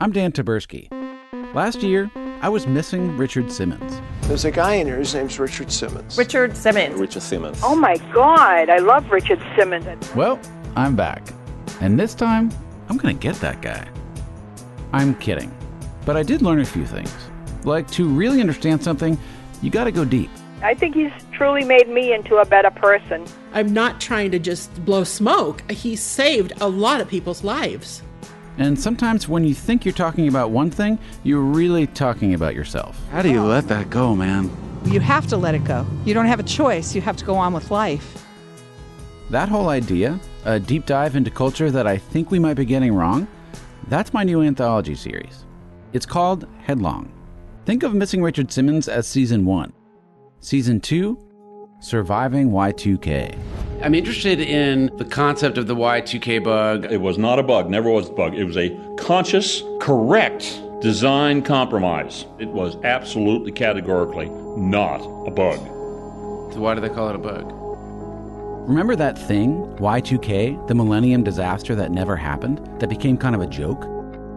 I'm Dan Taberski. Last year, I was missing Richard Simmons. There's a guy in here, his name's Richard Simmons. Richard Simmons. Richard Simmons. Oh my God, I love Richard Simmons. Well, I'm back. And this time, I'm going to get that guy. I'm kidding. But I did learn a few things. Like, to really understand something, you got to go deep. I think he's truly made me into a better person. I'm not trying to just blow smoke. He saved a lot of people's lives. And sometimes when you think you're talking about one thing, you're really talking about yourself. How do you let that go, man? You have to let it go. You don't have a choice. You have to go on with life. That whole idea, a deep dive into culture that I think we might be getting wrong, that's my new anthology series. It's called Headlong. Think of Missing Richard Simmons as season one. Season two, Surviving Y2K. I'm interested in the concept of the Y2K bug. It was not a bug, never was a bug. It was a conscious, correct design compromise. It was absolutely categorically not a bug. Why do they call it a bug? Remember that thing, Y2K, the millennium disaster that never happened, that became kind of a joke?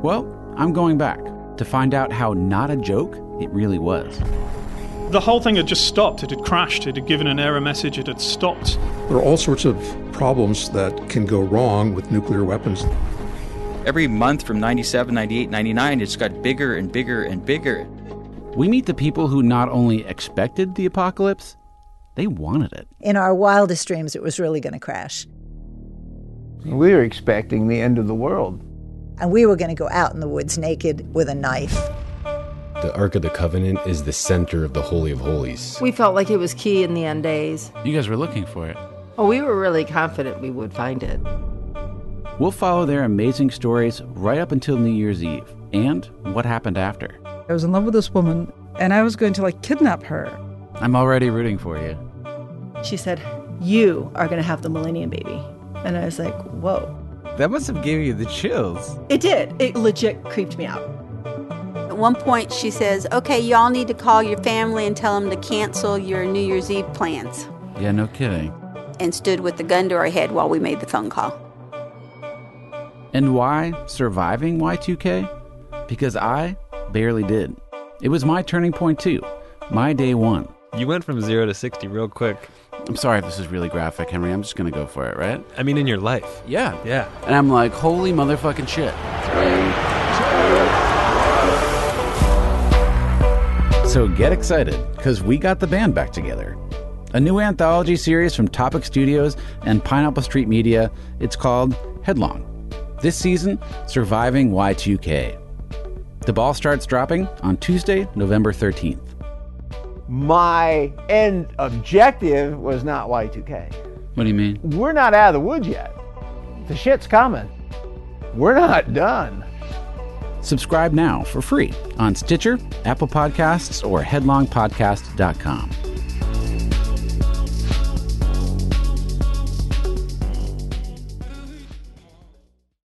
Well, I'm going back to find out how not a joke it really was. The whole thing had just stopped. It had crashed. It had given an error message. It had stopped. There are all sorts of problems that can go wrong with nuclear weapons. Every month from 97, 98, 99, it's got bigger and bigger and bigger. We meet the people who not only expected the apocalypse, they wanted it. In our wildest dreams, it was really going to crash. We were expecting the end of the world. And we were going to go out in the woods naked with a knife. The Ark of the Covenant is the center of the Holy of Holies. We felt like it was key in the end days. You guys were looking for it. Oh, we were really confident we would find it. We'll follow their amazing stories right up until New Year's Eve and what happened after. I was in love with this woman and I was going to like kidnap her. I'm already rooting for you. She said, You are going to have the Millennium Baby. And I was like, Whoa. That must have given you the chills. It did. It legit creeped me out. At one point, she says, Okay, y'all need to call your family and tell them to cancel your New Year's Eve plans. Yeah, no kidding. And stood with the gun to our head while we made the phone call. And why surviving Y2K? Because I barely did. It was my turning point, too, my day one. You went from zero to 60 real quick. I'm sorry if this is really graphic, Henry. I'm just going to go for it, right? I mean, in your life. Yeah. Yeah. And I'm like, holy motherfucking shit. So get excited, because we got the band back together. A new anthology series from Topic Studios and Pineapple Street Media. It's called Headlong. This season, Surviving Y2K. The ball starts dropping on Tuesday, November 13th. My end objective was not Y2K. What do you mean? We're not out of the woods yet. The shit's coming. We're not done. Subscribe now for free on Stitcher, Apple Podcasts, or headlongpodcast.com.